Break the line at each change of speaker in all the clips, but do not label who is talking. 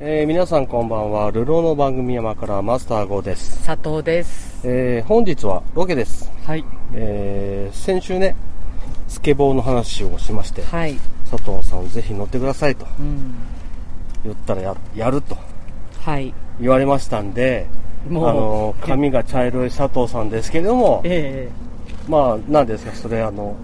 えー皆さんこんばんは。流浪の番組山からマスター号です。
佐藤です
えー本日はロケです。
はい
えー先週ね、スケボーの話をしまして、
はい
佐藤さんぜひ乗ってくださいと
うん
言ったらややると
はい
言われましたんで、あ
もう
の、髪が茶色い佐藤さんですけれども、
え
まあ、なんですか、それあの、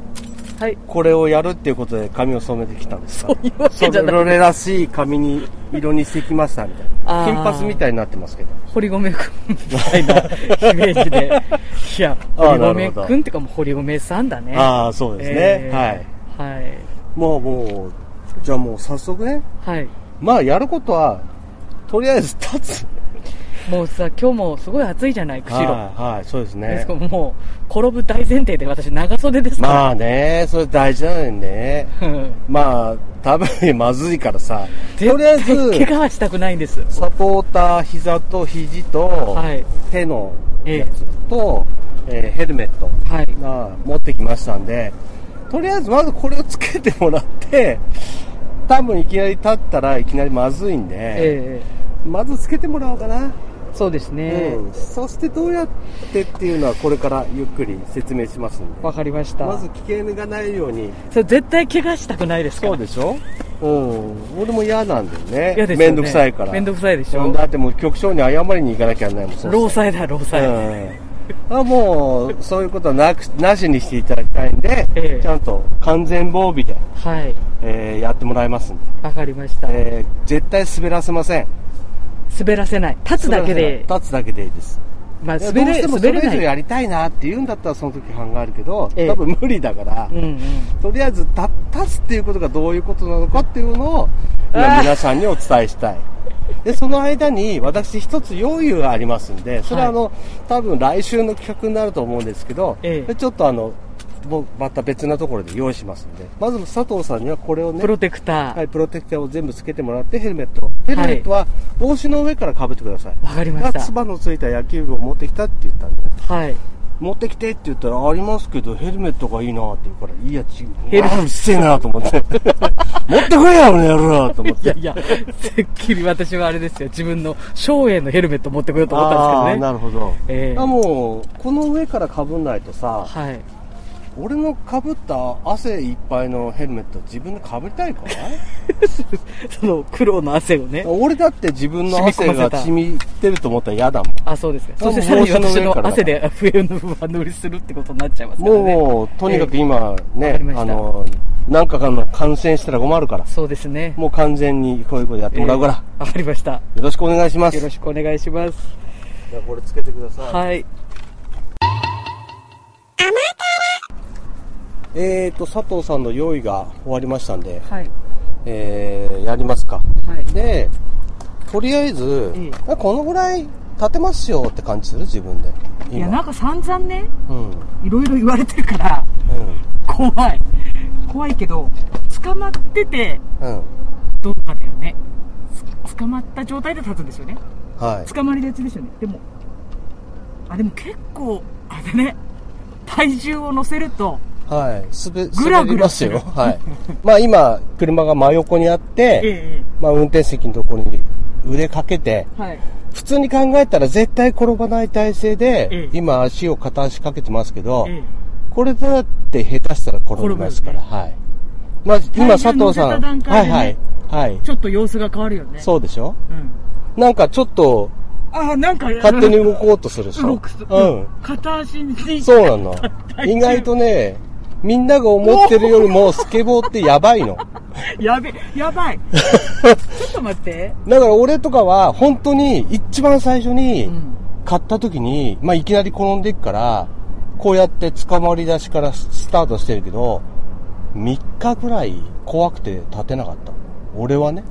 えはい
これをやるっていうことで髪を染めてきたんですか
そういうわけじゃない
それらしい髪に色にしてきましたみたいな
あー
金髪みたいになってますけど
堀米くんみたいなイメージでいや
あー
堀米
なるほ
く
ど
んってかもう堀米さんだね
ああそうですね、
ええ
はいもうもうじゃあもう早速ね
はいはい
まあやることはとりあえず立つ
もうさ今日もすごい暑いじゃない釧路
はい、はい、そうです
で
ね
すからもう転ぶ大前提で私長袖ですから、
まあねそれ大事なのにね
うん
まあ多分まずいからさ と
絶
りあえ
対
ず
怪我はしたくないんです
サポーター膝と肘と
はい
手の
え
やつと、えーヘルメット
えはい
が持ってきましたんで、とりあえずまずこれをつけてもらって、多分いきなり立ったらいきなりまずいんで、
ええ
まずつけてもらおうかな、
そうですね
うん。そしてどうやってっていうのはこれからゆっくり説明しますんで。
わ、かりました
まず危険がないように。
それ絶対怪我したくないですから
でしょうん。俺も嫌なんだよね。
嫌ですよね
めんどくさいから。
めんどくさいでしょ
うんだってもう局長に謝りに行かなきゃいけないもん。そう
労災だ労災、
うん、あもうそういうことはなくなしにしていただきたいんで、
ええ
ちゃんと完全防備で、
はい
えーやってもらいますんで、
わかりました、
えー絶対滑らせません
滑らせない立つだけで
滑らせない立つだけでいいです
まあ
いや
滑
どうし
れ
てもそ
滑
れ
れ
以
な
上
い
やりたいなって言うんだったらその時考えるけど、
ええ
多分無理だから、
うんうん
とりあえず立立つっていうことがどういうことなのかっていうのを
あ
今
ー
皆さんにお伝えしたいでその間に私一つ用意がありますんでそれはあの、多分来週の企画になると思うんですけど、
ええ
ちょっとあの僕また別なところで用意しますんでまず佐藤さんにはこれをね
プロテクター
はい、プロテクターを全部つけてもらってヘルメットをヘルメットは帽子の上からかぶってください
わ、かりまし
つ
た
ばのついた野球部を持ってきたって言ったんで
はい
持ってきてって言ったら、ありますけど、ヘルメットがいいなって言うから、いいや、ち、ヘ
ヘル
ルうっせえなと思 って。持ってこいやろ、やろと思っ
い
て。
や いや、てっきり私はあれですよ、自分の松栄のヘルメット持ってこようと思ったん
あ
です
あ、
けどね。
なるほど。
ええ
あもう、この上から被んないとさ、
はい。
俺の被った汗いっぱいのヘルメット自分で被りたいか
その苦労の汗をね。
俺だって自分の汗が染みてると思ったら嫌だもん。
あ、そうですか。
もう
そしてさらに
帽子の
私
上から
の汗で冬の上塗りするってことになっちゃいますからね。
もう、とにかく今
わ
ね、
かりました
あの、なんかかの感染したら困るから、
そうですね。
もう完全にこういうことやってもらうから、
ええわかりました。
よろしくお願いします。
よろしくお願いします。
じゃあこれつけてください。
はい。
えーと、佐藤さんの用意が終わりましたんで、
はい。
えー、やりますか。
はい。
で、とりあえず、
ええ
あこのぐらい立てますよって感じする自分で。今
いや、なんか散々ね、
うん。うん。
いろいろ言われてるから、怖い。怖いけど、捕まってて、
うん。
どうかだよね。つ捕まった状態で立つんですよね。
はい。
捕まり立ちですよね。でも、あ、でも結構、あれね、体重を乗せると、
はい。すべ、
ぐらぐら
滑りますよ。
する
はい。 まあ今、車が真横にあって、
え
まあ運転席のところに腕かけて、
え、はい。
普通に考えたら絶対転ばない体勢で、
ええ
今足を片足かけてますけど、
ええ、
これだって下手したら転びますから、はい。まあ、今佐
体重
藤さん、
乗せた段
は
階
い
でね
はい、はい。
ちょっと様子が変わるよね。
そうでしょ
う。ん。
なんかちょっと
あ、なんか、
勝手に動こうとするでしょ
動くと、
うん。
片足に、
そう なの。意外とね、みんなが思ってるよ りもスケボーってやばいの。
やべ、やば い。ちょっと待って。
だから俺とかは本当に一番最初に
うん
買った時に、まあいきなり転んでいくから、こうやって捕まり出しからスタートしてるけど、3日ぐらい怖くて立てなかった。俺はね。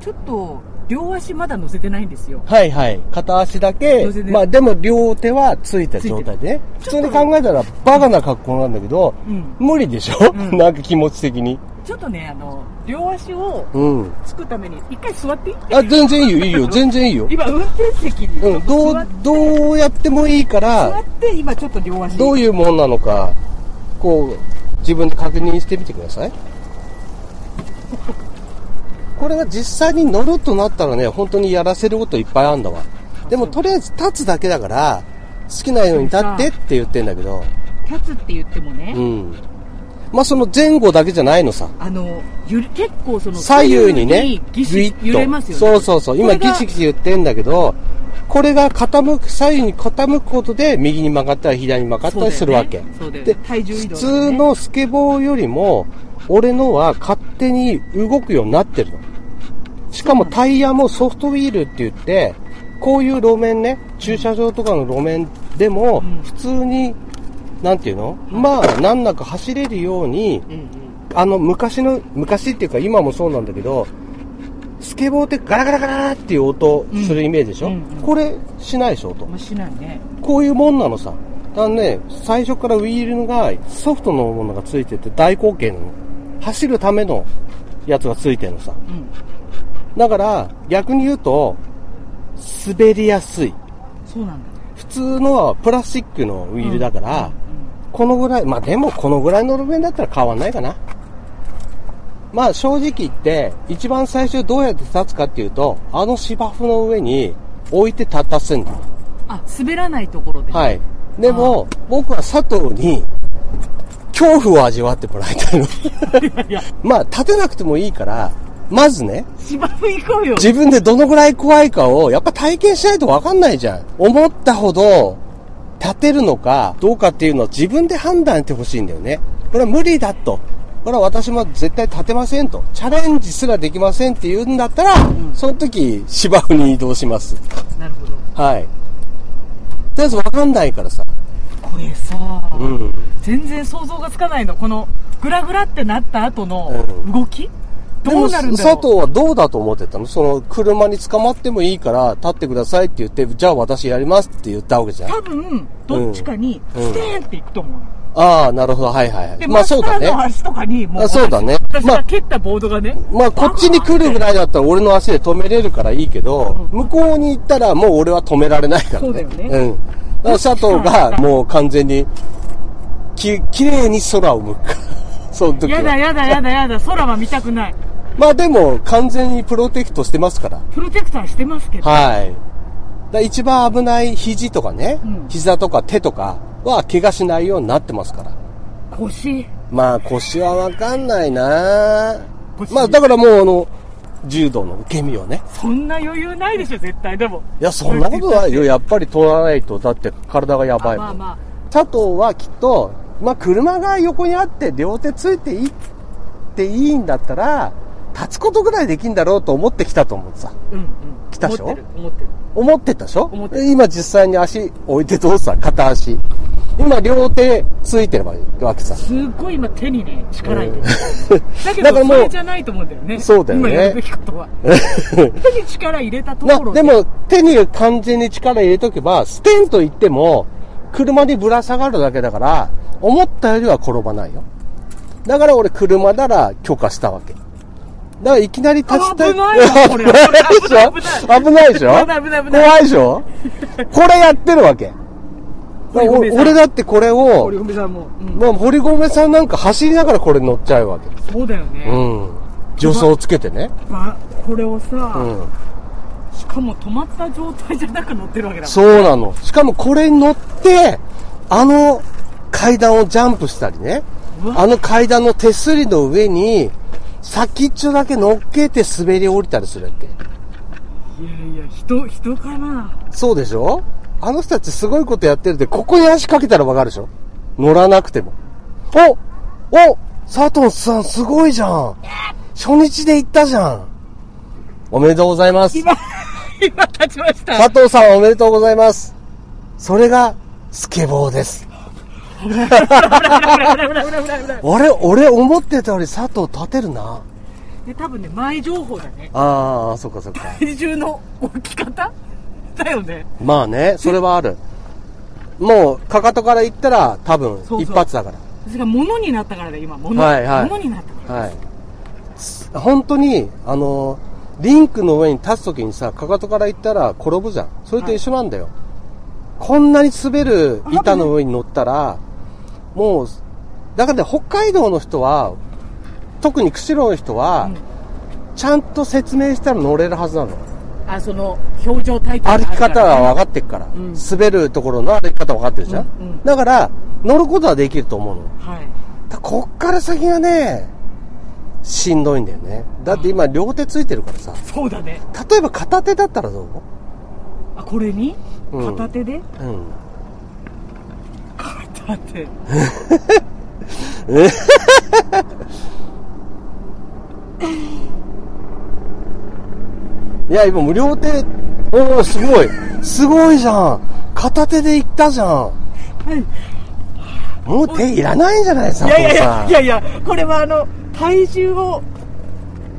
ちょっと、両足まだ乗せてないんですよ。
はいはい。片足だけ
乗せ、て
まあでも両手はついた状態でね。普
ついて
通
る
に考えたらバカな格好なんだけど、
うん
無理でしょ、
うん
なんか気持ち的に。
ちょっとね、あの、両足を
うん。
つくために、一回座っていい
あ、全然いいよ、いいよ、全然いいよ。
今、運転席に、
うん、ど
座っ
う、どうやってもいい
座
から
っ、て、今ちょっと両足。
どういうもんなのか、こう、自分で確認してみてください。これが実際に乗るとなったらね、本当にやらせることいっぱいあんだわ。でもとりあえず立つだけだから、好きなように立ってって言ってんだけど、
立つって言ってもね、
うん。まあ、その前後だけじゃないのさ。
あのゆれ結構その
左右にね、
ギ
グイ
シ
ッと
揺れますよね
そうそうそう。今
これ
ギ
が
シギシ言ってんだけど、これが傾く、左右に傾くことで、右に曲がったり左に曲がったりするわけ。
そうだよねそうだよね
で、
体重移動
普
だよね
通のスケボーよりも、俺のは勝手に動くようになってるの。しかもタイヤもソフトウィールって言って、こういう路面ね、駐車場とかの路面でも
うん、
普通に、なんていうのまあ、難なく走れるように、
うんうん
あの、昔の、昔っていうか今もそうなんだけど、スケボーってガラガラガラっていう音するイメージでしょ、
うんうんうん
これしないでしょと
ま。あしないね
こういうもんなのさ。だからね、最初からウィールがソフトのものがついてて大口径なの。走るためのやつがついてるのさ。
うん
だから逆に言うと、滑りやすい。
そうなんだね
普通のはプラスチックのウィールだから、
う
このぐらい、まあでもこのぐらいの路面だったら変わんないかな。まあ正直言って、一番最初どうやって立つかっていうと、あの芝生の上に置いて立たせんだ。
んあ滑らないところで、
はい。でも、僕は佐藤に、恐怖を味わってもらいたいの。
いやいや
まあ立てなくてもいいから、まずね、
芝生行こうよ
自分でどのぐらい怖いかをやっぱ体験しないとわかんないじゃん。思ったほど立てるのかどうかっていうのを自分で判断してほしいんだよね。これは無理だと。これは私も絶対立てませんと。チャレンジすらできませんって言うんだったら、
ん
その時芝生に移動します。
なるほど
はい。とりあえずわかんないからさ。
これさ、
うん。
全然想像がつかないのこのグラグラってなった後の
うん
動き、どうなるんだろ
でも
う
佐藤はどうだと思ってたのその車に捕まってもいいから立ってくださいって言って、じゃあ私やりますって言ったわけじゃん。
多分どっちかに
うん
ステーンっていくと思う、
ああ、なるほど、はいはいは
で、
い。まあそうだ
マス
ね
ター。の足とかに、も
あそうだね
私
まあ
が蹴ったボードがね、
まあこっちに来るぐらいだったら俺の足で止めれるからいいけど、
うん
向こうに行ったらもう俺は止められないからね。
そうだよね
うん。だから佐藤がもう完全に、き、綺麗に空を向く から。その時
やだ
は。
やだやだやだ、空は見たくない。
まあでも完全にプロテクトしてますから。
プロテクターしてますけど、
はい。だから一番危ない肘とかね、
うん
膝とか手とかは怪我しないようになってますから。
腰、
まあ腰はわかんないな
腰
まあだからもうあの、柔道の受け身をね。
そんな余裕ないでしょ、絶対。でも。
いや、そんなことないよ。やっぱり取らないと、だって体がやばいもん。
まあまあ
佐藤はきっと、まあ車が横にあって両手ついていいっていいんだったら、立つことぐらいできんだろうと思ってきたと思ってさ。
うんうん。
来たでしょ
思ってる、思ってる。
思ってたでしょ
思ってた
で今実際に足置いてどうさ、片足。今両手ついてればいいわけさ。
すっごい今手にね、力入れてる。だけ
だか
ど、
ら
そ
もう
れじゃないと思うんだよね。
そうだよね
今やるべきこと は。手に力入れたところ
なで、も手に完全に力入れとけば、ステンと言っても、車にぶら下がるだけだから、思ったよりは転ばないよ。だから俺車なら許可したわけ。だからいきなり立ちたい。
危 ないわこれ
危ないでしょ危ないでしょ
危ない危ない危ない
怖いでしょこれやってるわけ。
堀
お
米さん
俺だってこれを
堀、米さんも。うん。
まあ、堀米さんなんか走りながらこれ乗っちゃうわけ。
そうだよね。
うん。助走つけてね。
まあ、これをさ、
うん。
しかも止まった状態じゃなく乗ってるわけだもん
そうなの。しかもこれに乗って、あの階段をジャンプしたりね
う、わ
あの階段の手すりの上に、先っちょだけ乗っけて滑り降りたりするわけ。
いやいや、人、人かな
そうでしょあの人たちすごいことやってるって、ここに足かけたらわかるでしょ乗らなくても。おお佐藤さんすごいじゃん初日で行ったじゃんおめでとうございます
今、今立ちました。
佐藤さんおめでとうございますそれが、スケボーです。
危ない危ない危ない危ない危ない
あれ俺思ってたより佐藤立てるな。
で、多分ね、前情報だね。
ああ、そっかそっか。
体重の置き方だよね。
まあね、それはある。もう、かかとから行ったら多分
そうそう
一発だから。
それが物になったからだ、今。物。
はいはい
物になったから。
はい。す本当に、あの、リンクの上に立つときにさ、かかとから行ったら転ぶじゃん。それと一緒なんだよ。こんなに滑る板の上に乗ったら、もう、だからね、北海道の人は、特に釧路の人は、
うん
ちゃんと説明したら乗れるはずなの。
あその表情体験があ
歩
る
き
から
方は分かってるから、
うん
滑るところの歩き方分かってるじゃん、
うんうん
だから乗ることはできると思うの
はい
ただこっから先がねしんどいんだよねだって今両手ついてるからさ
そうだね
例えば片手だったらどう
あこれに
うん
片手で、
うん
片手
いや今もう両手おおすごいすごいじゃん片手でいったじゃん
はい
もう手いらないんじゃないさ
いやいやいやい
や
やいやこれはあの体重を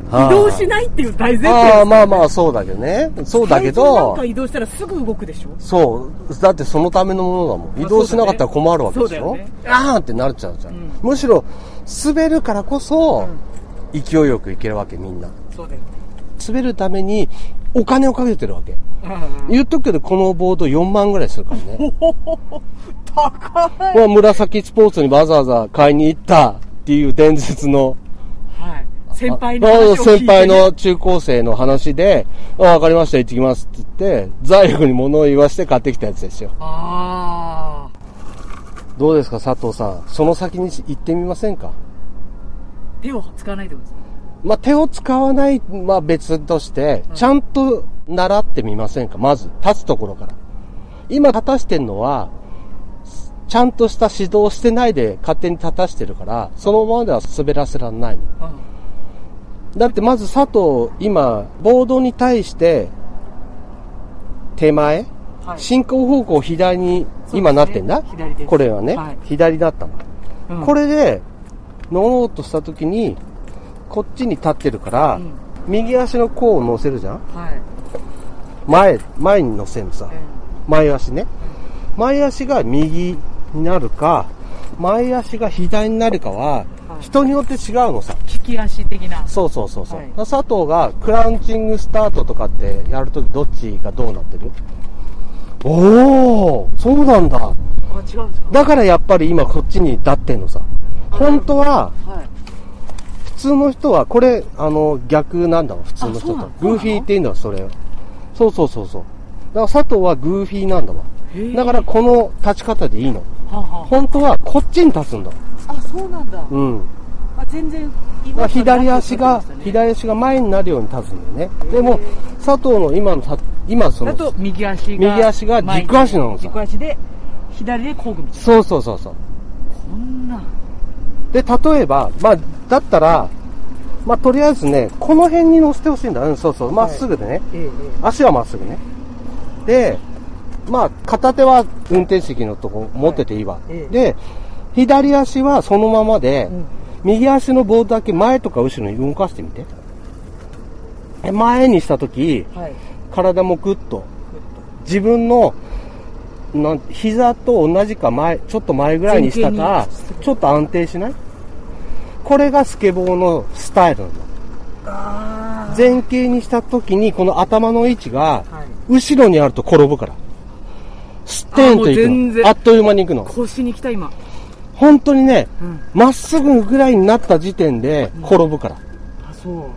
移動しないっていう大前提です
ああまあまあそうだけどねそうだけ
体重なん
ど
か移動したらすぐ動くでしょ
そう。だってそのためのものだもん。
あ
移動しなかったら困るわけでし
そ
ょ、
うだよね
あーんってなっちゃうじゃん。
うん
むしろ、滑るからこそ、
うん
勢いよくいけるわけ、みんな。
そうだよね
滑るために、お金をかけてるわけ。
うん
言っとくけど、このボード4万ぐらいするからね。
高い
まあ、紫スポーツにわざわざ買いに行ったっていう伝説の、
はい先輩の
あ
話を聞いてね
先輩の中高生の話で、あわかりました、行ってきますって言って、財布に物を言わして買ってきたやつですよ。
ああ
どうですか、佐藤さん。その先に行ってみませんか
手を使わないでくださ
まあ、手を使わない、まあ、別として、
ん
ちゃんと習ってみませんかまず、立つところから。今、立たしてるのは、ちゃんとした指導をしてないで勝手に立たしてるから、そのままでは滑らせらんないの。
い、うん
だってまず佐藤、今、ボードに対して、手前、
はい
進行方向を左に今なってんだ、
そうですね左です
これはね、
はい
左だったの。
うん
これで乗ろうとした時にこっちに立ってるから、
うん
右足の甲を乗せるじゃん
はい、
前前に乗せるさ、
う
前足ね前足が右になるか前足が左になるかは
はい
人によって違うのさ、
ん利き足的な
そうそうそうそう、
はい
佐藤がクラウンチングスタートとかってやるときどっちがどうなってるおおそうなんだ
あ違うんですか
だからやっぱり今こっちに立ってんのさ本当は
はい
普通の人は、これ、あの、逆なんだわ、普通の人
あそうな
と
の。
グーフィーって言うんだわ、それを。そうそうそうそう。だから佐藤はグーフィーなんだわ。
へー
だからこの立ち方でいいの。
はあは
本当はこっちに立つんだわ。
ああそうなんだ、
うん。
あ全然違
だから
和感なく
左
立っ
足が
てま、したね
左足が前になるように立つんだよね。でも、佐藤の今の立、今そ
だと
の、
右足が
右足が軸足なのさ
軸足で左で工具みたい
そうそうそうそう。
なこんな
で、例えば、まあ、だったら、まあ、とりあえずね、この辺に乗せてほしいんだ。うん、そうそう。まっすぐでね。
えええ
足はまっすぐね。で、まあ、片手は運転席のとこ持ってていいわ。
ええ
で、左足はそのままで、
うん
右足のボードだけ前とか後ろに動かしてみて。で前にしたとき、
えはい
体もグッと、自分の、なん膝と同じか前、ちょっと前ぐらいにした
前
か
傾にする、
ちょっと安定しないこれがスケボーのスタイルなの。
あ
前傾にしたときに、この頭の位置が、
はい
後ろにあると転ぶから。ステーンと
あもう全
行く
然
の。あっという間に行くの。
腰に来た今
本当にね、
うん
まっすぐぐらいになった時点で転ぶから。
あそ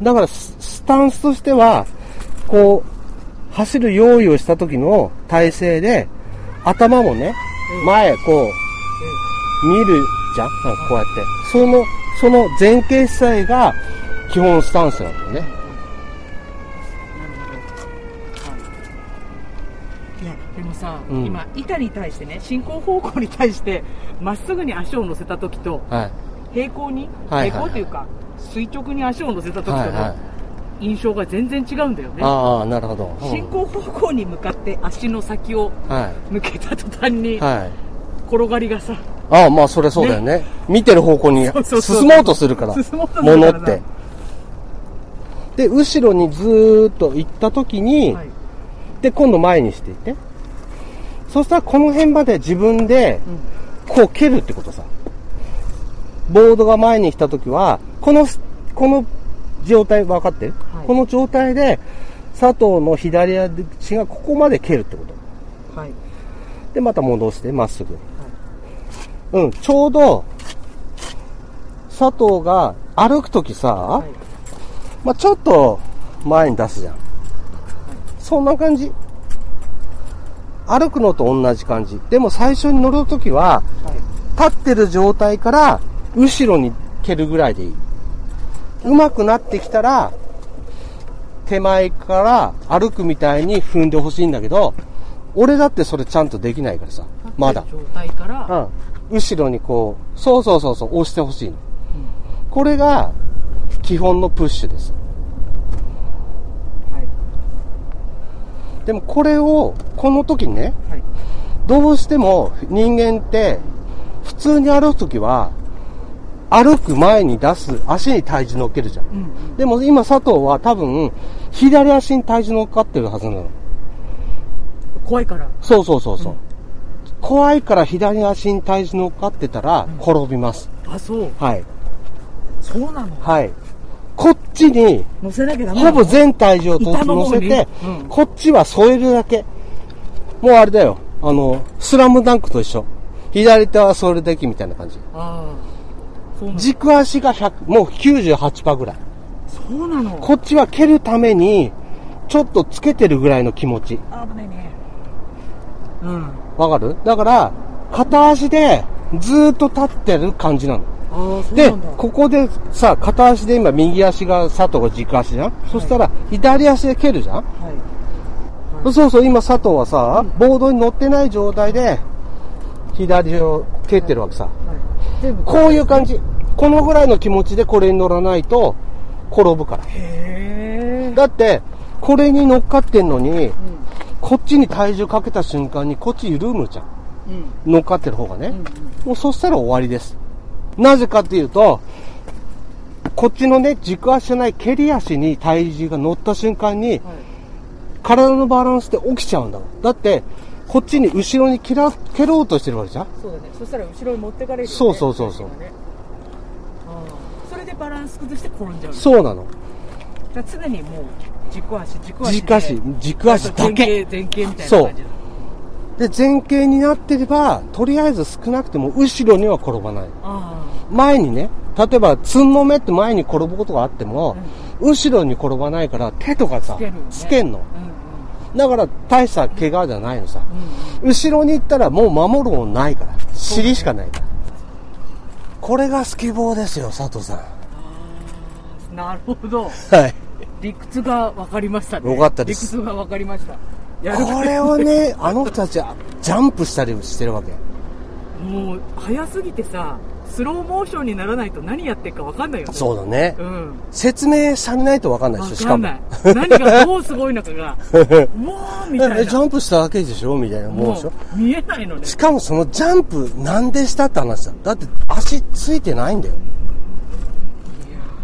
う
だからス、スタンスとしては、こう、走る用意をした時の体勢で、頭もね、前、こう、見るじゃんなんかこうやって。その、その前傾姿勢が基本スタンスなんだよね。
なるほどはいいやでもさ、
うん
今板に対してね進行方向に対してまっすぐに足を乗せた時と
はい。
平行に、
はいはいは
平行
い
というか垂直に足を乗せた時と
はいは
の印象が全然違うんだよね、
い。ああ、なるほど。うん
進行方向に向かって足の先を
は
向けた途端
い。
に
はい。
転がりがさ、
ああ、まあ、それそうだよね。見てる方向に
そうそうそう
進もうとするから。
進もうとす
も
る
の
から
って。で、後ろにずーっと行った時に、
はい
で、今度前にしていって。そしたらこの辺まで自分で、
うん
こう蹴るってことさ。ボードが前に来た時は、このす、この状態分かってる、
はい
この状態で、佐藤の左足がここまで蹴るってこと。
はい
で、また戻して、まっすぐ。うん、ちょうど、佐藤が歩くときさ、
はい
まあ、ちょっと前に出すじゃん。そんな感じ。歩くのと同じ感じ。でも最初に乗るときは、
はい。
立ってる状態から後ろに蹴るぐらいでいい。上手くなってきたら、手前から歩くみたいに踏んでほしいんだけど、俺だってそれちゃんとできないからさ、まだ
立。ってる状態から、
うん。後ろにこう、そうそうそうそう、押してほしいの。これが、基本のプッシュです。
はい。
でもこれを、この時にね、
はい。
どうしても人間って、普通に歩く時は、歩く前に出す、足に体重乗っけるじゃん。
うんうん。
でも今佐藤は多分、左足に体重乗っかってるはずなの。
怖いから。
そうそうそうそう。
うん
怖いから左足に体重乗っかってたら
うん、
転びます。
あ、そう。
はい。
そうなの
はい。こっちに、
乗せなきゃダメ
ほ
なの
ぼ全体重を
板の
乗
方
せ
に
て、
うん
こっちは添えるだけ。もうあれだよ。あの、スラムダンクと一緒。左手は添えるだけみたいな感じ。
ああ。そうなの
軸足が100、もう98%ぐらい。
そうなの
こっちは蹴るために、ちょっとつけてるぐらいの気持ち。
あ危ないね。うん。あ
わかるだから、片足でずーっと立ってる感じなの。
あ、そう
で
なんだ。、
ここでさ、片足で今右足が佐藤が軸足じゃん、そしたら左足で蹴るじゃん
はい。
そうそう、今佐藤はさ、ボードに乗ってない状態で、左を蹴ってるわけさ。
はい。全部
こういう感じ。このぐらいの気持ちでこれに乗らないと、転ぶから。
へえ。
だって、これに乗っかってんのに、
う
こっちに体重かけた瞬間に、こっち緩むじゃん。
ん。うん。
乗っかってる方がね。
うん。
もうそしたら終わりです。なぜかっていうと、こっちのね、軸足じゃない蹴り足に体重が乗った瞬間に、
はい。
体のバランスって起きちゃうんだもん。だって、こっちに後ろに蹴ら蹴ろうとしてるわけじゃん
そうだね。そしたら後ろに持ってかれるよね。
そうそうそうそう
ねああそれでバランス崩して転んじゃう。
そうなの。
じゃあ常にもう軸足軸足で
軸足、軸足だけ。
前傾前傾みたいな感じだ
で、前傾になってれば、とりあえず少なくても後ろには転ばない。
あ
前にね、例えば、つんの目って前に転ぶことがあっても、後ろに転ばないから手とかさ
つけるよね、
つけんの。
あうんうん
だから、大した怪我じゃないのさ。
うんうん
後ろに行ったらもう守るもんないから。尻しかないから。これがスケボーですよ、佐藤さん。
なるほど
はい。
理屈が分かりましたね
よかったです
理屈が分かりましたやる
これをね、あの人たちはジャンプしたりしてるわけ。
もう早すぎてさスローモーションにならないと何やってるか分かんないよね
そうだね。
うん
説明されないとわかんないでしょ、し
分
か
かん
も。
ない何がどうすごいのか がうわーみたいな
えジャンプしただけでしょみたいな思うでしょ
も。う見えないのね
しかもそのジャンプなんでしたって話だ。だって足ついてないんだよ。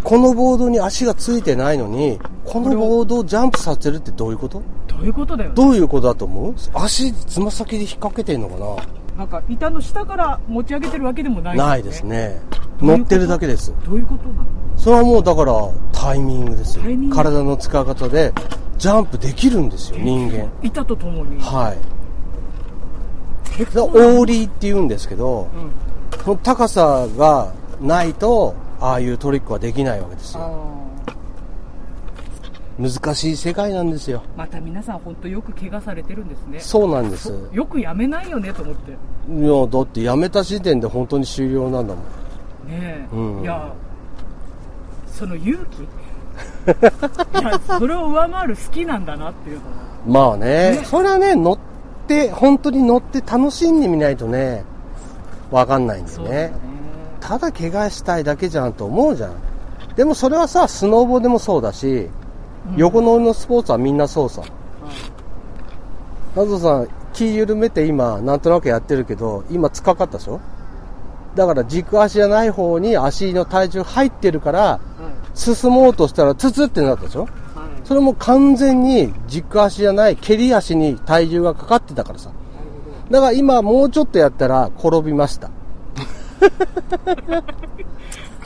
このボードに足がついてないのに、このボードをジャンプさせるってどういうこと
どういうことだよね
どういうことだと思う足、つま先で引っ掛けてんのか
なんか板の下から持ち上げてるわけでもな
ない
よ
ないですね。
どういうこと
乗ってるだけです。
どういうことなの
それはもうだからタイミングですよ
タイミン。グ
体の使い方でジャンプできるんですよ、人間。
板とともに
はい。
結
だ
構
からオーリーって言うんですけど、
うん
その高さがないと、ああいうトリックはできないわけです
あ
よ。
ー
難しい世界なんですよ。
また皆さん本当よく怪我されてるんですね
そうなんです。い
よくやめないよねと思ってね
や、だってやめた時点で本当に終了なんだもん。
え、
うん
いやその勇 気いやそれを上回る好きなんだなっていうのは
まあね、
ね
それはね、乗って、本当に乗って楽しんでみないとね、わかんないんだよ
そう
ね。
だよね
ただ怪我したいだけじゃんと思うじゃん。でもそれはさ、スノーボーでもそうだし、
うん
横乗りのスポーツはみんなそうさ。
はい
謎さん、気緩めて今、なんとなくやってるけど、今、つかかったでしょだから軸足じゃない方に足の体重入ってるから、進もうとしたらツツってなったでしょ
はいはい
それも完全に軸足じゃない、蹴り足に体重がかかってたからさ。
なるほど
だから今もうちょっとやったら転びました。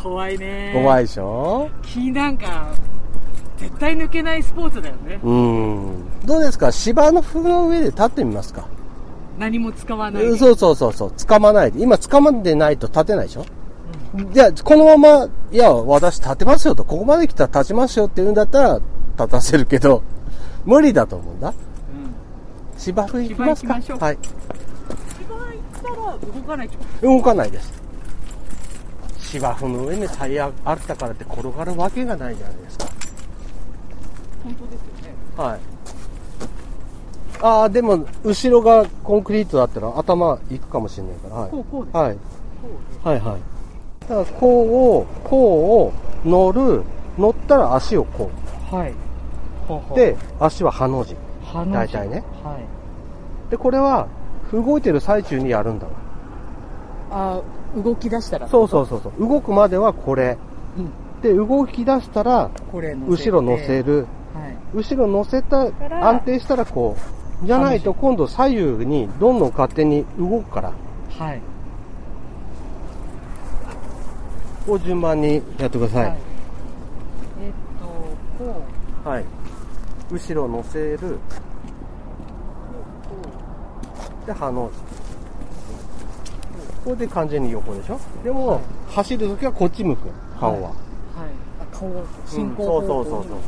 怖いね
怖いでしょ
気なんか絶対抜けないスポーツだよね
うん。どうですか芝の風の上で立ってみますか
何も使わないで
そうそうそうそう。掴まないで。今掴まんでないと立てないでしょ
うん
じゃあ、このまま、いや、私立てますよと、ここまで来たら立ちますよって言うんだったら、立たせるけど、無理だと思うんだ。芝生行きます
芝生行きま
か
しょう
はい。
芝行ったら動かないと
動かないです。芝生の上にタイヤあったからって転がるわけがないじゃないですか。
本当ですよね
はい。ああ、でも、後ろがコンクリートだったら頭行くかもしれないから、はい。
こうこうです、
はい。
こうで
はいはい。だから、こうを、こうを乗る、乗ったら足をこ
すはいほ
う。
ほ
で、足はハの字。
ハの字
大体ね
はい
で、これは、動いてる最中にやるんだわ。
あー動き出したら
そうそうそうそう。動くまではこれ。
うん
で、動き出したら、
これ乗せて
後ろ乗せる。
はい
後ろ乗せた、
ら
安定したらこう。じゃないと今度左右にどんどん勝手に動くから、
はい
こう順番にやってください。
えっとこう
はい。後ろ乗せる。で、ハの字。これで完全に横でしょでも、
はい
走るときはこっち向く。顔は。
はいあ顔が進行
うんそうそうそうそう。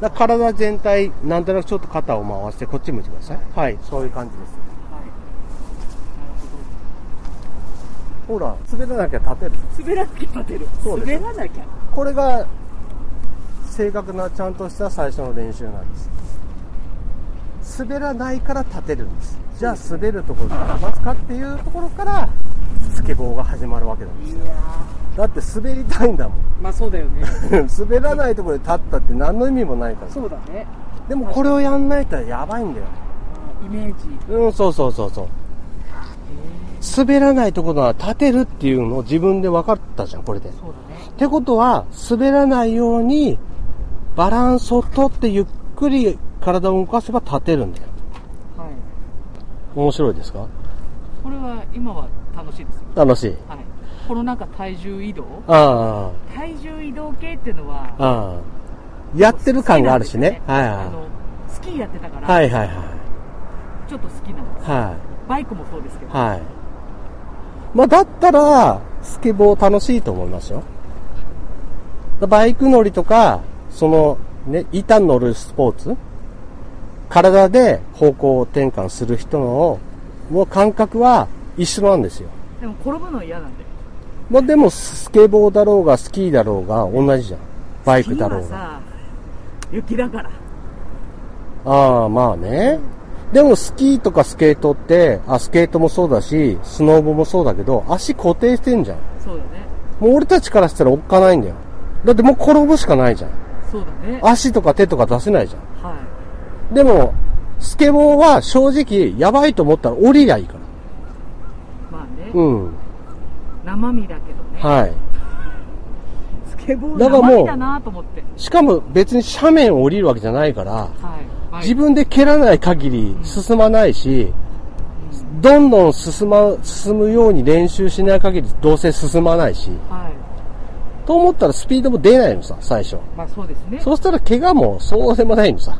だから体全体、なんとなくちょっと肩を回してこっち向いてください。はい、そういう感じです。
はい
ほら、滑らなきゃ立てる。
滑らなきゃ立てる
そうです
滑らなきゃ
これが、正確な、ちゃんとした最初の練習なんです。滑らないから立てるんです。じゃあ滑るところからますかっていうところから、スケボーが始まるわけなんです
い
よ。
や
だって滑りたいんだもん。
ーまあそうだよね
滑らないところで立ったって何の意味もないから。
そうだね
でもこれをやんないとやばいんだよ。
あーイメージ
うん、そうそうそうそう。滑らないところは立てるっていうのを自分で分かったじゃん、これで。っ
そうだね
てことは、滑らないようにバランスをとってゆっくり体を動かせば立てるんだよ。
はい
面白いですか
これは今は楽しいですよ
楽しい。
はいこのなんか体重移動
あ
体重移動系っていうの
あ、
は
ああ。やってる感があるしね。
好き
はい
なんですよね
は
あのスキーやってたか
い。
ら、
はいはいはい。
ちょっと好きなんです
はい。
バイクもそうですけど、
はい。まあ、だったら、スケボー楽しいと思いますよ。バイク乗りとか、その、ね、板乗るスポーツ体で方向転換する人の、もう感覚は一緒なんですよ。
でも転ぶのは嫌なんで
まあ、でも、スケボーだろうが、スキーだろうが、同じじゃん。バイクだろう
スキー
が。
はさ雪だから
ああ、まあね。でも、スキーとかスケートって、あ、スケートもそうだし、スノーボもそうだけど、足固定してんじゃん。
そうだね
もう俺たちからしたらおっかないんだよ。だってもう転ぶしかないじゃん。
そうだね
足とか手とか出せないじゃ
はい
ん。でも、スケボーは正直やばいと思ったら降りりゃいいから。
まあね、
うん。
生身だけどね、
はい。
スケボー
だから
生
もう
身だなと思って
しかも別に斜面を降りるわけじゃないから、
はい、はい、
自分で蹴らない限り進まないし、どんどん進ま、進むように練習しない限りどうせ進まないし、
はい
と思ったらスピードも出ないのさ、最初。
まあそうですね
そうしたら怪我もそうでもないのさ。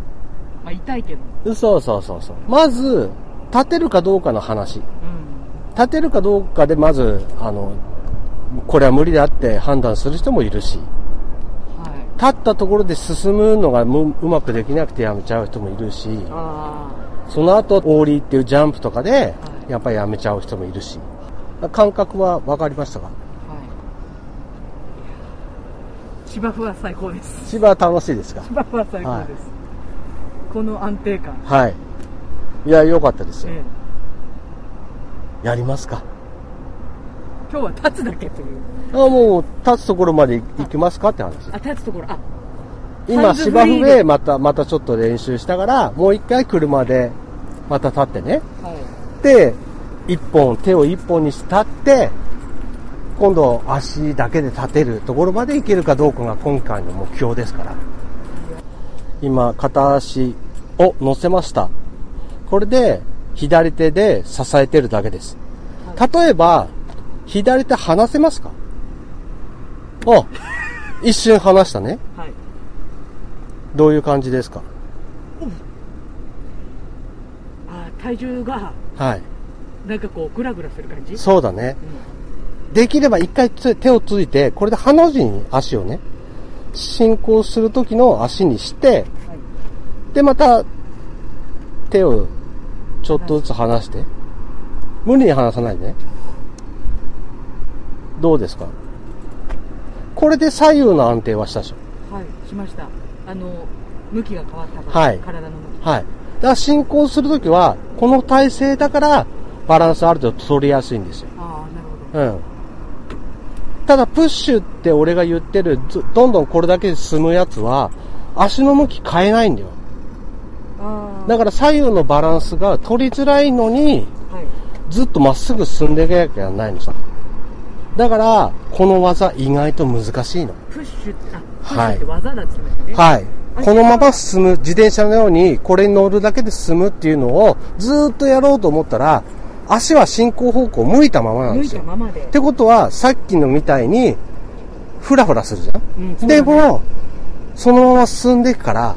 まあ痛いけど
そうそうそうそう。まず、立てるかどうかの話。
うん
立てるかどうかで、まず、あの、これは無理だって判断する人もいるし、
はい
立ったところで進むのがむうまくできなくてやめちゃう人もいるし、
あ
その後、オーリーっていうジャンプとかで
は、い
やっぱりやめちゃう人もいるし、感覚は分かりましたか
あはい芝生は最高です
千葉は楽しいですか
芝生は最高です、この安定感
はい。いや、良かったですよ。
ええ
やりますか
今日は立つだけという
あもう、立つところまで行きますかって話。
あ立つところあハ
今
ンズフリー
芝生
で
でまたまたちょっと練習したからもう一回車でまた立ってね
はい
で一本手を一本にして立って今度足だけで立てるところまで行けるかどうかが今回の目標ですから今片足を乗せましたこれで左手で支えてるだけです例えば左手離せますかあ一瞬離したね
はい
どういう感じですか
あ体重が
はい。
なんかこうグラグラする感じ
そうだね。
うん
できれば一回つ手をついて、これでハの字に足をね、進行する時の足にして、
はい。
で、また、手をちょっとずつ離して。無理に離さないでね。どうですかこれで左右の安定はしたでしょ
はい。しました。あの、向きが変わったから、
はい
体の向き。
はい。だから進行するときは、この体勢だから、バランスある程度取りやすいんですよ。
ああ、なるほど。
うん。ただ、プッシュって俺が言ってる、ずどんどんこれだけ進むやつは、足の向き変えないんだよ。
ああ。
だから左右のバランスが取りづらいのに、
はい。
ずっとまっすぐ進んでいかなきゃないのさ。だから、この技意外と難しいの。
プッシュって、あ、プッシ
は
ュ
い
って技だって言ってましたね。
はい。このまま進む、自転車のようにこれに乗るだけで進むっていうのをずーっとやろうと思ったら、足は進行方向向いたままなん
向
で
い
す
た
よ。
ままで
っ。てことは、さっきのみたいに、ふらふらするじゃん。
うんそうだね
でも、そのまま進んでいくから、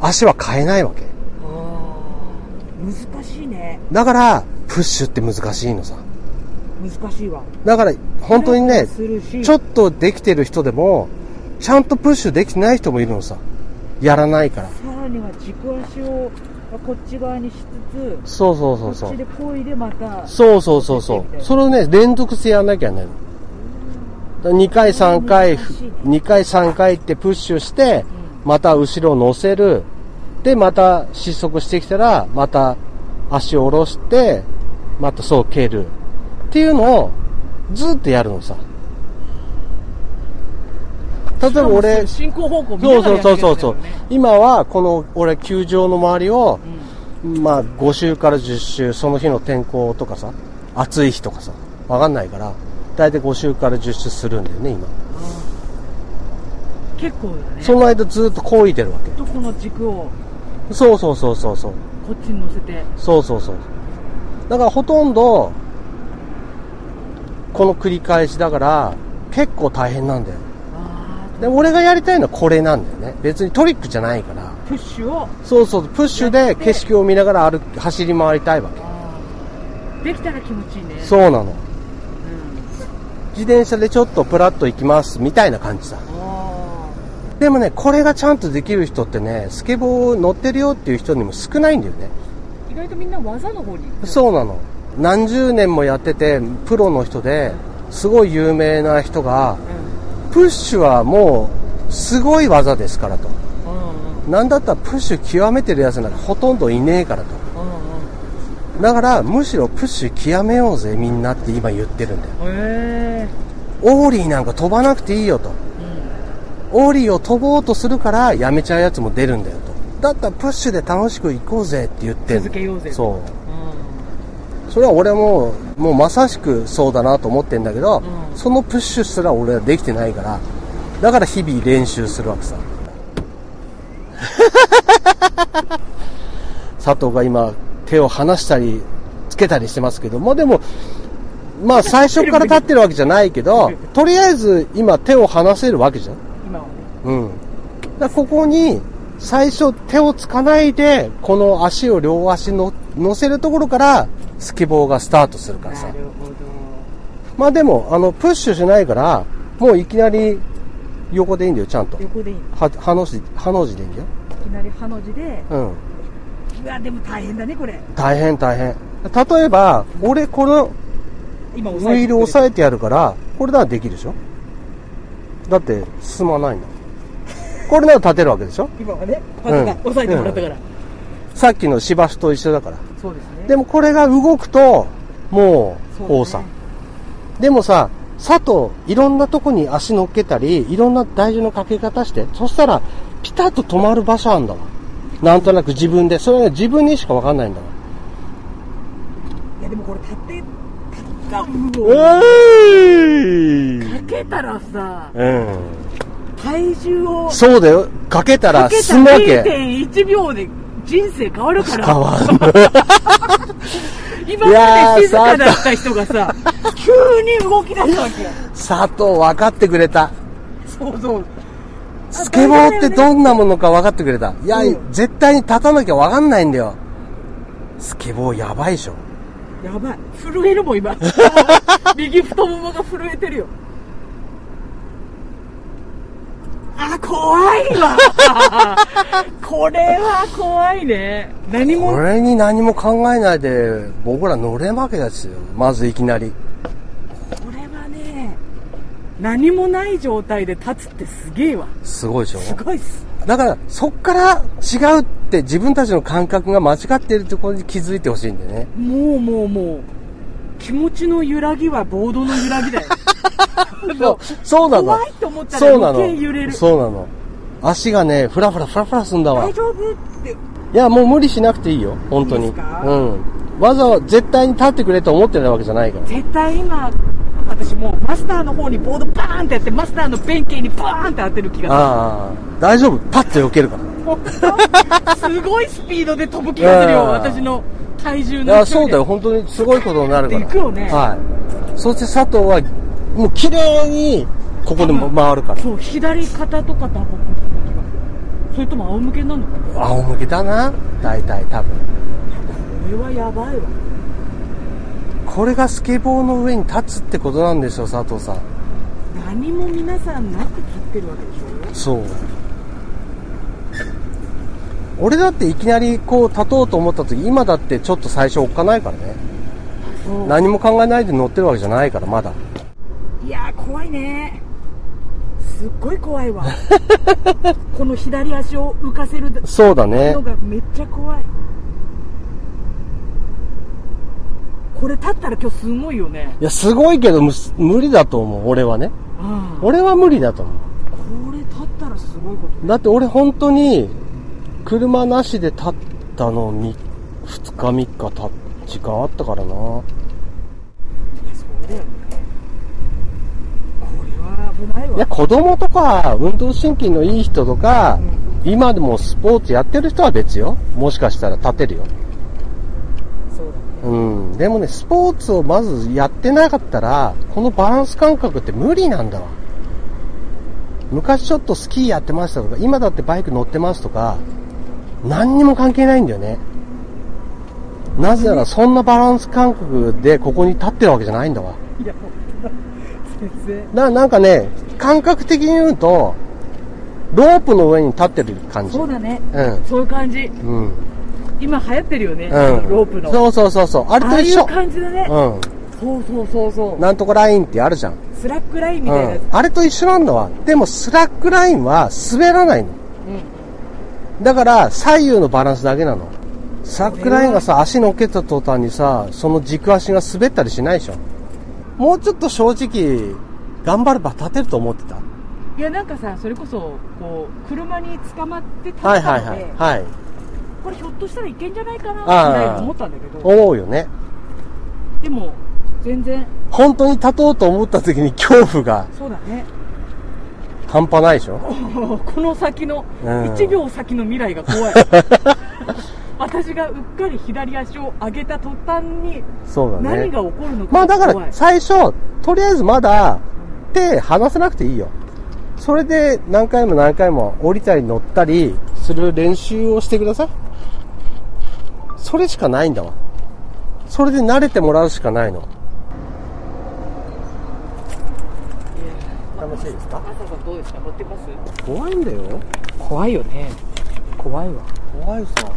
足は変えないわけ。
ああ。難しいね。
だから、プッシュって難しいのさ。
難しいわ。
だから、本当にね、
するし
ちょっとできてる人でも、ちゃんとプッシュできてない人もいるのさ。やらないから。
さらには軸足をこっち側にしつつ、
そうそうそうそ
こっち
う
で。こいでまた、
そうそうそうそう。それをね、連続してやんなきゃいけないの。だから2回3回、
難しいね
2回3回ってプッシュして、また後ろを乗せる。で、また失速してきたら、また足を下ろして、またそう蹴る。っていうのをずっとやるのさ。例えば俺、
進行方向見
そ
な
う
が
そ
ら
う
やんなきゃ
そ
いうけな
そ
いう
そう
からね。
今は、この、俺、球場の周りを、
うん
まあ、5周から10周、その日の天候とかさ、暑い日とかさ、わかんないから、大体5周から10周するんだよね、今。
あー結構だね。
その間ずっとこいでるわけ。
ちょっとこの軸を
そうそうそうそうそう。
こっちに乗せて、
そうそうそう。だからほとんど、この繰り返しだから、結構大変なんだよ。
あー
で、俺がやりたいのはこれなんだよね。別にトリックじゃないから。
プッシュを、
そうそう、プッシュで景色を見ながら歩き、走り回りたいわけ。
あーできたら気持ちいいね。
そうなの。
うん
自転車でちょっとプラッと行きます、みたいな感じさ。
あ
でもね、これがちゃんとできる人ってね、スケボー乗ってるよっていう人にも少ないんだよね。
ー意外とみんな技の方に行く。
そうなの。何十年もやってて、プロの人で、すごい有名な人が、
うん
プッシュはもう、すごい技ですからと。
うんうん
なんだったらプッシュ極めてるやつなんかほとんどいねえからと。
うんうん
だから、むしろプッシュ極めようぜ、みんなって今言ってるんだよ。
へえ、
オーリーなんか飛ばなくていいよと。オーリーを飛ぼうとするからやめちゃうやつも出るんだよと。だったらプッシュで楽しく行こうぜって言ってんの
続けようぜ
そ
う
う。それは俺も、もうまさしくそうだなと思ってんだけど、
うん
そのプッシュすら俺はできてないから、だから日々練習するわ けさ。佐藤が今、手を離したり、つけたりしてますけど、まあでも、まあ最初から立ってるわけじゃない けど、とりあえず今手を離せるわけじゃん
ん、今はね
うん。だからここに、最初手をつかないで、この足を両足の乗せるところから、スケボーがスタートするから
な
さ。
るほど
まあでも、あの、プッシュしないから、もういきなり横でいいんだよ、ちゃんと。
横でいいの
は、はの字、はの字でいいんだよ。
いきなりハの字で
うん。
うわでも大変だねこれ
大変大変。例えば、俺この
今
ウ
押さえ
ィ
て
ール押さえてやるから、これならできるでしょだって、進まないんだもん。これなら立てるわけでしょ
今はねパズが押さえてもらったから、
さっきの芝生と一緒だから。
そうですね
でもこれが動くと、もう、
そう
王
だ
さ
ね
でもさ、佐藤、いろんなとこに足乗っけたり、いろんな体重のかけ方して、そしたら、ピタッと止まる場所あんだわ。なんとなく自分で、それが自分にしかわかんないんだわ。
いやでもこれ立って立った部分
う
を
ーい
かけたらさ
うん。
体重を
そうだよ。かけた
からけた
進むわけ。
0.1秒で人生変わるか
変
ら
わんない。
今まで静かだった人がさ急に動き出したわけよ
佐藤、分かってくれた。
そうそう
スケボーってどんなものか分かってくれた。いや、
うん
絶対に立たなきゃ分かんないんだよ。スケボーやばいでしょ。
やばい震えるもん今右太ももが震えてるよあ怖いわこれは怖いね何
こ
も
れに何も考えないで、僕ら乗れ負けですよ。まずいきなり。
これはね何もない状態で立つってすげえわ
すごいでしょ
すごいっす
だから、そっから違うって自分たちの感覚が間違ってるってことに気づいてほしいんでね。
もうもうもう気持ちの揺らぎはボードの揺らぎだよ
そうそうなの。
怖いと思った
そう
ら
な
余計揺れ
の。
る
そうなの。足がね、ふらふらふらふらすんだわ
大。丈夫って
いや、もう無理しなくていいよ。本当に。
いいですか
うん。わざわざ絶対に立ってくれと思ってるわけじゃないから。
絶対今私もうマスターの方にボードバーンってやってマスターの弁慶にバーンって当てる気が
ああ、大丈夫。パッと避けるから。
する本当すごいスピードで飛ぶ気がするよ
うん
私の体重の勢い
い
で
や、そうだよ。本当にすごいことになるから。
行くよね
はい。そして佐藤は、もう綺麗に、ここでも回るから。
そう左肩とか多分それとも仰向けなのかなこ
仰向けだな。大体多分。
れはやばいわ
これがスケボーの上に立つってことなんでしょ、佐藤さん。
何も皆さんなく立ってるわけでしょ
そう。俺だっていきなりこう立とうと思った時、今だってちょっと最初おっかないからね。
そう
何も考えないで乗ってるわけじゃないから、まだ。
いやー怖いねすっごい怖い わこの左足を浮かせる
そうだね
の。がめっちゃ怖いこれ立ったら今日すごいよね
いや、すごいけど、む無理だと思う、俺はね。
ああ
俺は無理だと思う。
これ立ったらすごいこと
だって俺本当に、車なしで立ったの2日3日経っ時間あったからな。
いやそうだよねこれは危ない
いや、
わ
子供とか、運動神経のいい人とか、今でもスポーツやってる人は別よ。もしかしたら立てるよ。
そうだね
うん。でもね、スポーツをまずやってなかったら、このバランス感覚って無理なんだわ。昔ちょっとスキーやってましたとか、今だってバイク乗ってますとか、何にも関係ないんだよね。なぜならそんなバランス感覚でここに立ってるわけじゃないんだわ。
い や本当だ先生
だからなんかね、感覚的に言うと、ロープの上に立ってる感じ。
そうだね
うん。
そういう感じ
うん。うん。
今流行ってるよね、ロープの
そうそうそうそう。あれ
ああ
と
い
一
う
緒。
感じだね、
うん。
そうそうそうそう
なんとかラインってあるじゃん。
スラックラインみたいなやつ
う、んあれと一緒なんだわ。でもスラックラインは滑らないの。だから左右のバランスだけなの。スラックラインがさ、足乗っけた途端にさ、その軸足が滑ったりしないでしょ。もうちょっと正直、頑張れば立てると思ってた。
いやなんかさそれこそこう車に捕まって立ったの
はい
で、
はいはい。はい。
これひょっとしたらいけんじゃないかな
ああ
みたいな思ったんだけど
思うよね。
でも全然
本当に立とうと思った時に恐怖が
そうだね
半端ないでしょ。
この先の、
うん
1秒先の未来が 怖い私がうっかり左足を上げた途端に
そうだね。
何が起こるの
ま
か
あだ
が
か
怖い、
ら最初、とりあえずまだ手離せなくていいよ。それで何回も何回も降りたり乗ったりする練習をしてください。それしかないんだわ。それで慣れてもらうしかないの。楽しいですか
朝さんどうですか乗ってます
怖いんだよ。
怖いよね怖いわ
怖いさ。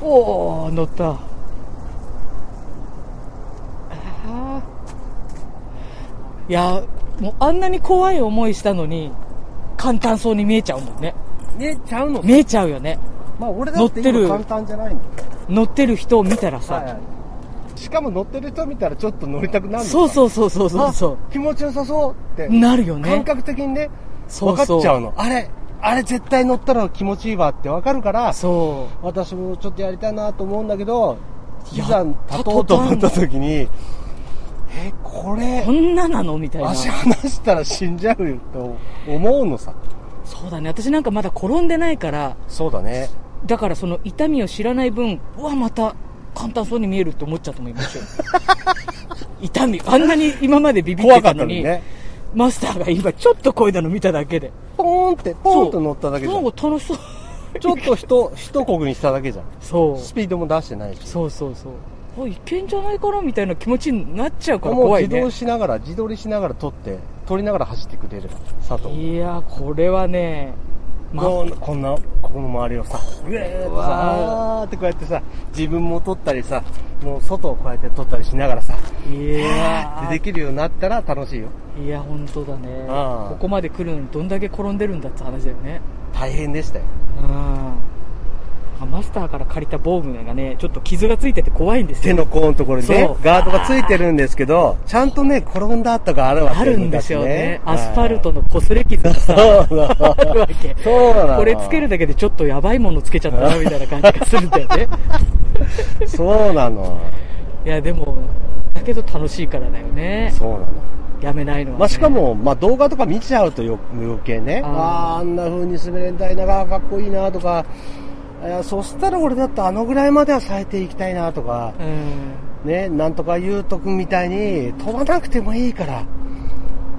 おお乗ったああいやもうあんなに怖い思いしたのに簡単そうに見えちゃうもんね
ね、ちゃうの
見えちゃうよね
まあ俺だって今
乗って
簡
る
単じゃないの。
乗ってる人を見たらさ、
はい。しかも乗ってる人見たらちょっと乗りたくなるの
そうそうそうそうそうそ
あ気持ちよさそうって。
うなるよ
感
ね
覚的にね、
そ
分
う
か
そう
っちゃうの。あれ、あれ絶対乗ったら気持ちいいわって分かるから、
そ
私もちょっとやりたいなと思うんだけど、い
や
ざ立とうと思った時に、え、こ
う
れ
こ、んななのみたいな
足離したら死んじゃうよと思うのさ。
そうだね私なんかまだ転んでないから
そうだね。
だからその痛みを知らない分うわまた簡単そうに見えるって思っちゃうと思い ますよ痛みあんなに今までビビっ
怖
て
かったた
の
のに
に
ね。
マスターが今ちょっとこいだの見ただけで
ポーンって、ポーンと乗っただけじゃ
なんん。か楽しそう
ちょっとひと、ひとこぐにしただけじゃん。
そう
スピードも出してないし。
そうそうそうあいけんじゃないかなみたいな気持ちになっちゃうから
もう
怖い
自
ね
動しながら、自撮りしながら撮って、撮りながら走ってくれれば、佐藤。
いやーこれはねま
こうこんな、ここの周りをさ、うえーってさ、
わ
あーってこうやってさ、自分も撮ったりさ、もう外をこうやって撮ったりしながらさ、
い
で
や
で
ー
きるようになったら楽しいよ。
いや本当だね
ああ
ここまで来るのにどんだけ転んでるんだって話だよね
大変でしたよ。
うんあマスターから借りた防具がねちょっと傷がついてて怖いんです
手
よ
の甲のところにね
そう、
ガードがついてるんですけど、ちゃんとね、転んだ跡があるわけ
あるんですよね
昔
アスファルトの擦れ傷がさ
そうそう
あるわけ
そうなの
これつけるだけでちょっとやばいものつけちゃったなみたいな感じがするんだよ ね
そうなの。
いやでもだけど楽しいからだよね
そうなの。
やめないのは、ね
まあ、しかも、まあ、動画とか見ちゃうとよ余計ね、
あー
ああーあんな風に滑れんたいな、あーかっこいいなとか、えーそしたら俺だってあのぐらいまでは咲いていきたいなとか、
うん
ね、なんとかゆうとくんみたいに飛ばなくてもいいから、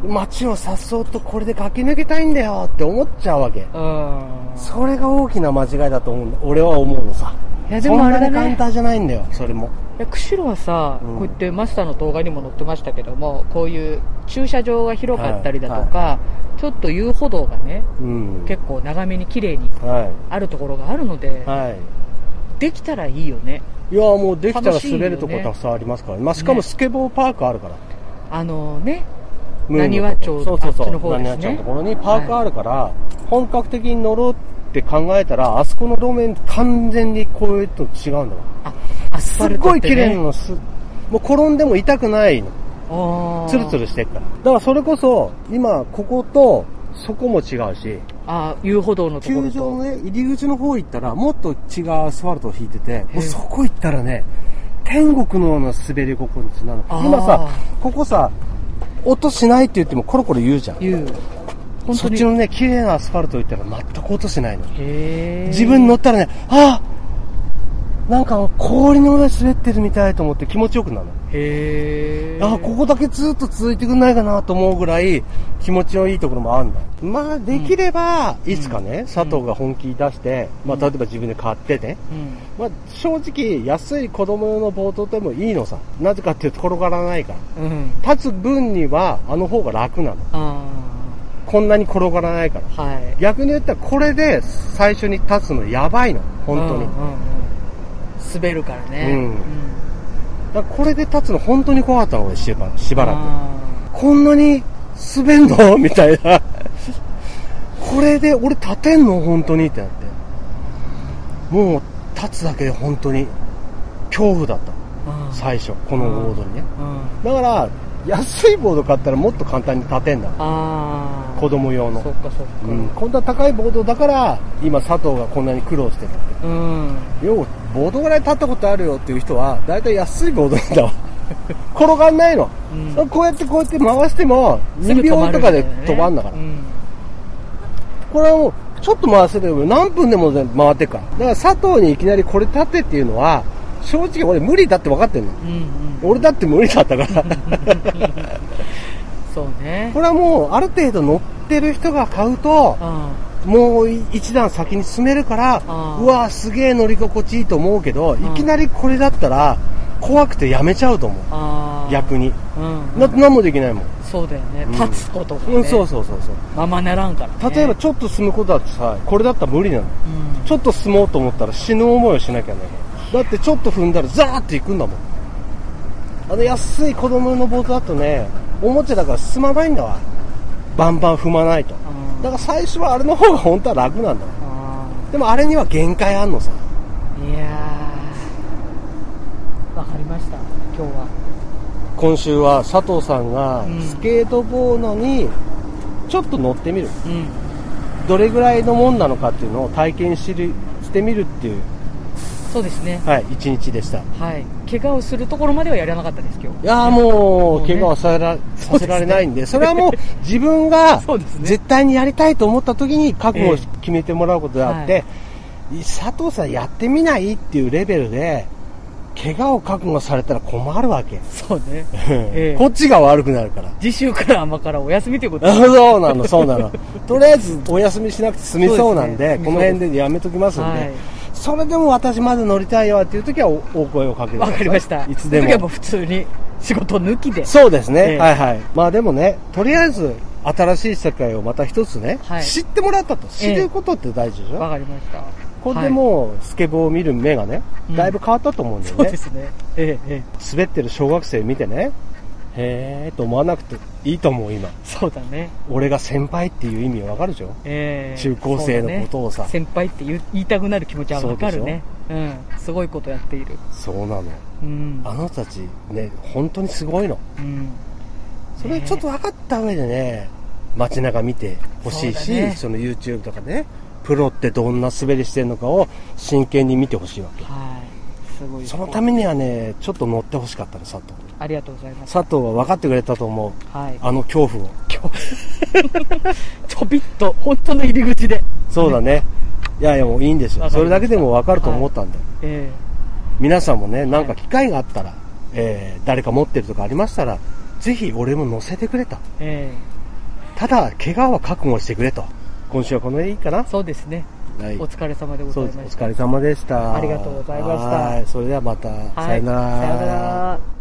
街をさっそうとこれで駆け抜けたいんだよって思っちゃうわけ。
うん
それが大きな間違いだと思うんだ俺は思うのさ。
いやでもあれ
そ
だ
んなに
ね
簡単じゃないんだよ、それも。
いや釧路はさ、
うん
こうやってマスターの動画にも載ってましたけどもこういう駐車場が広かったりだとか、ちょっと遊歩道がね
うん。
結構長めに綺麗に
は
あるところがあるので
い。、はい。
できたらいいよね
いやもうできたら
楽しいよね
滑るとこたくさんありますから、まあ、しかもスケボーパークあるから、
あのね
ムーン
浪
の
速
とこ
町
そうそう
あっち
そ
の
う
方
浪
ですね
速町のところにパークあるから、本格的に乗ろうって考えたらあそこの路面完全にこういうと違うんだわ
あアスフ
す
ァ
っ
ルト
ごい
って、ね、
綺麗なのすもう転んでも痛くないの
あー
ツルツルしてるからだからそれこそ今こことそこも違うし
あー遊歩道のとこ
球
ろ
場の
と
ね入り口の方行ったらもっと違うアスファルトを引いててもう
ええ
そこ行ったらね天国のような滑り心地なの
あー
今さここさ音しないって言ってもコロコロ言うじゃん
いう本
そ
当
っ
に
ちのね綺麗なアスファルト行ったら全く音しないの
へー
自分乗ったらねあーなんか氷の上滑ってるみたいと思って気持ちよくなるの
へー
あここだけずっと続いてくんないかなと思うぐらい気持ちのいいところもあるんだまあできれば、いつかね、佐藤が本気出して、まあ例えば自分で買ってね、
うん
まあ正直安い子供用のボートでもいいのさなぜかっていうと転がらないか
うん
ら立つ分にはあの方が楽なの
あ
こんなに転がらないから
あはい
逆に言ったらこれで最初に立つのやばいの本当に、
うんうんうん滑るからね
うんだからこれで立つの本当に怖かったの俺しばしばらく
あ
こんなに滑んのみたいな。これで俺立てんの本当にってなって。もう立つだけで本当に恐怖だった。
ーうん
最初、このボードにね。
うん
だから、安いボード買ったらもっと簡単に立てんだ。
ああ
子供用
そっ
の。
かそっか
うん、こんな高いボードだから、今佐藤がこんなに苦労してるわ
うん、
け。よう、ボードぐらい立ったことあるよっていう人は、だいたい安いボードなんだわ。 転がんないの。
うん
こうやってこうやって回しても、2秒とかで止まんだから
う。ん、
これはもう、ちょっと回せれば何分でも回ってっから。だから佐藤にいきなりこれ立てっていうのは、正直俺無理だって分かってんの。
うんうん、
俺だって無理だっ たから。
そうね
これはもう、ある程度乗ってる人が買うと、
あ
もう一段先に進めるから、
あー
うわーすげえ乗り心地いいと思うけど、い
ん
きなりこれだったら、怖くてやめちゃうと思う。
あー
逆に。
うん、
だって何もできないもん。
そうだよね
うん
立つことが、ね
うん、そうそうそうそう。
ままならんから、ね、
例えば、ちょっと進むことだってさ、これだったら無理なの。
うん、
ちょっと進もうと思ったら死ぬ思いをしなきゃいけない。だってちょっと踏んだらザーって行くんだもん。あの安い子供のボートだとね、おもちゃだから進まないんだわ。バンバン踏まないと。
あ
だから最初はあれの方が本当は楽なんだわ。
ーあ
でもあれには限界あんのさ。
ーいやーわかりました今日は
今週は佐藤さんが
うん
スケートボードにちょっと乗ってみる。
うん
どれぐらいのもんなのかっていうのを体験しるしてみるっていう、
そうですね
はい、一日でした。
はい怪我をするところまではやらなかったです今日
いやーも
も
う、
うね
怪我はさせら,、
そうですね
させられないんで、それはもう自分が
そうですね
絶対にやりたいと思った時に覚悟を
え
決めてもらうことであって、佐藤さんやってみないっていうレベルで、怪我を覚悟されたら困るわけ。
そうね。ええ
こっちが悪くなるから。
次週から甘からお休みということ
あそうなの、そうなの。とりあえずお休みしなくて済みそうなん
そうで
で、
すね
この辺でやめときますんで、
はい
それでも私まだ乗りたいよっていう時はおお声をかけてくだ
わ
さい
かりました。
いつで
その時はも
も
う。普通に仕事抜きで。
そうですね、
ええ
はいはい。まあでもね、とりあえず新しい世界をまた一つね、
はい
知ってもらったと。知ることって大事でしょ、
わかりました。
これでもうスケボーを見る目がね、
うん
だいぶ変わったと思うんだよ
そう
ね
で。すね。ええ、ええ。
滑ってる小学生見てね、へーと思わなくていいと思う今。
そうだね。
俺が先輩っていう意味わかるでしょ
ええ。
中高生のことをさ
そうだね先輩って言う言いたくなる気持ちはわかるね。うん。すごいことやっている。
そうなの。
うん。
あの人たちね、本当にすごいの。
うん。
それちょっと分かった上でね、街中見てほしいし、そ,、
そうだね
の YouTube とかね、プロってどんな滑りしてるのかを真剣に見てほしいわけ。
はい。すごい。
そのためにはね、ちょっと乗ってほしかったの、佐藤。
ありがとうございます。
佐藤は分かってくれたと思う。
はい。
あの恐怖を。
ちょびっと、本当の入り口で。
そうだね。いやいや、もういいんですよ。
わか
そ
り
れ
ました
だけでも分かると思ったんで。
え
皆さんもね、なんか機会があったら、えー誰か持ってるとかありましたら、ぜひ俺も乗せてくれと。
え。え
ただ、怪我は覚悟してくれと。今週はこの辺でいいかな
え。そうですね。
はい
お。疲れ様でござ
そう
い
です。お
ました。
疲れ様でした。
ありがとうございました
はい。それではまた、
はい
さよなら。
さよなら。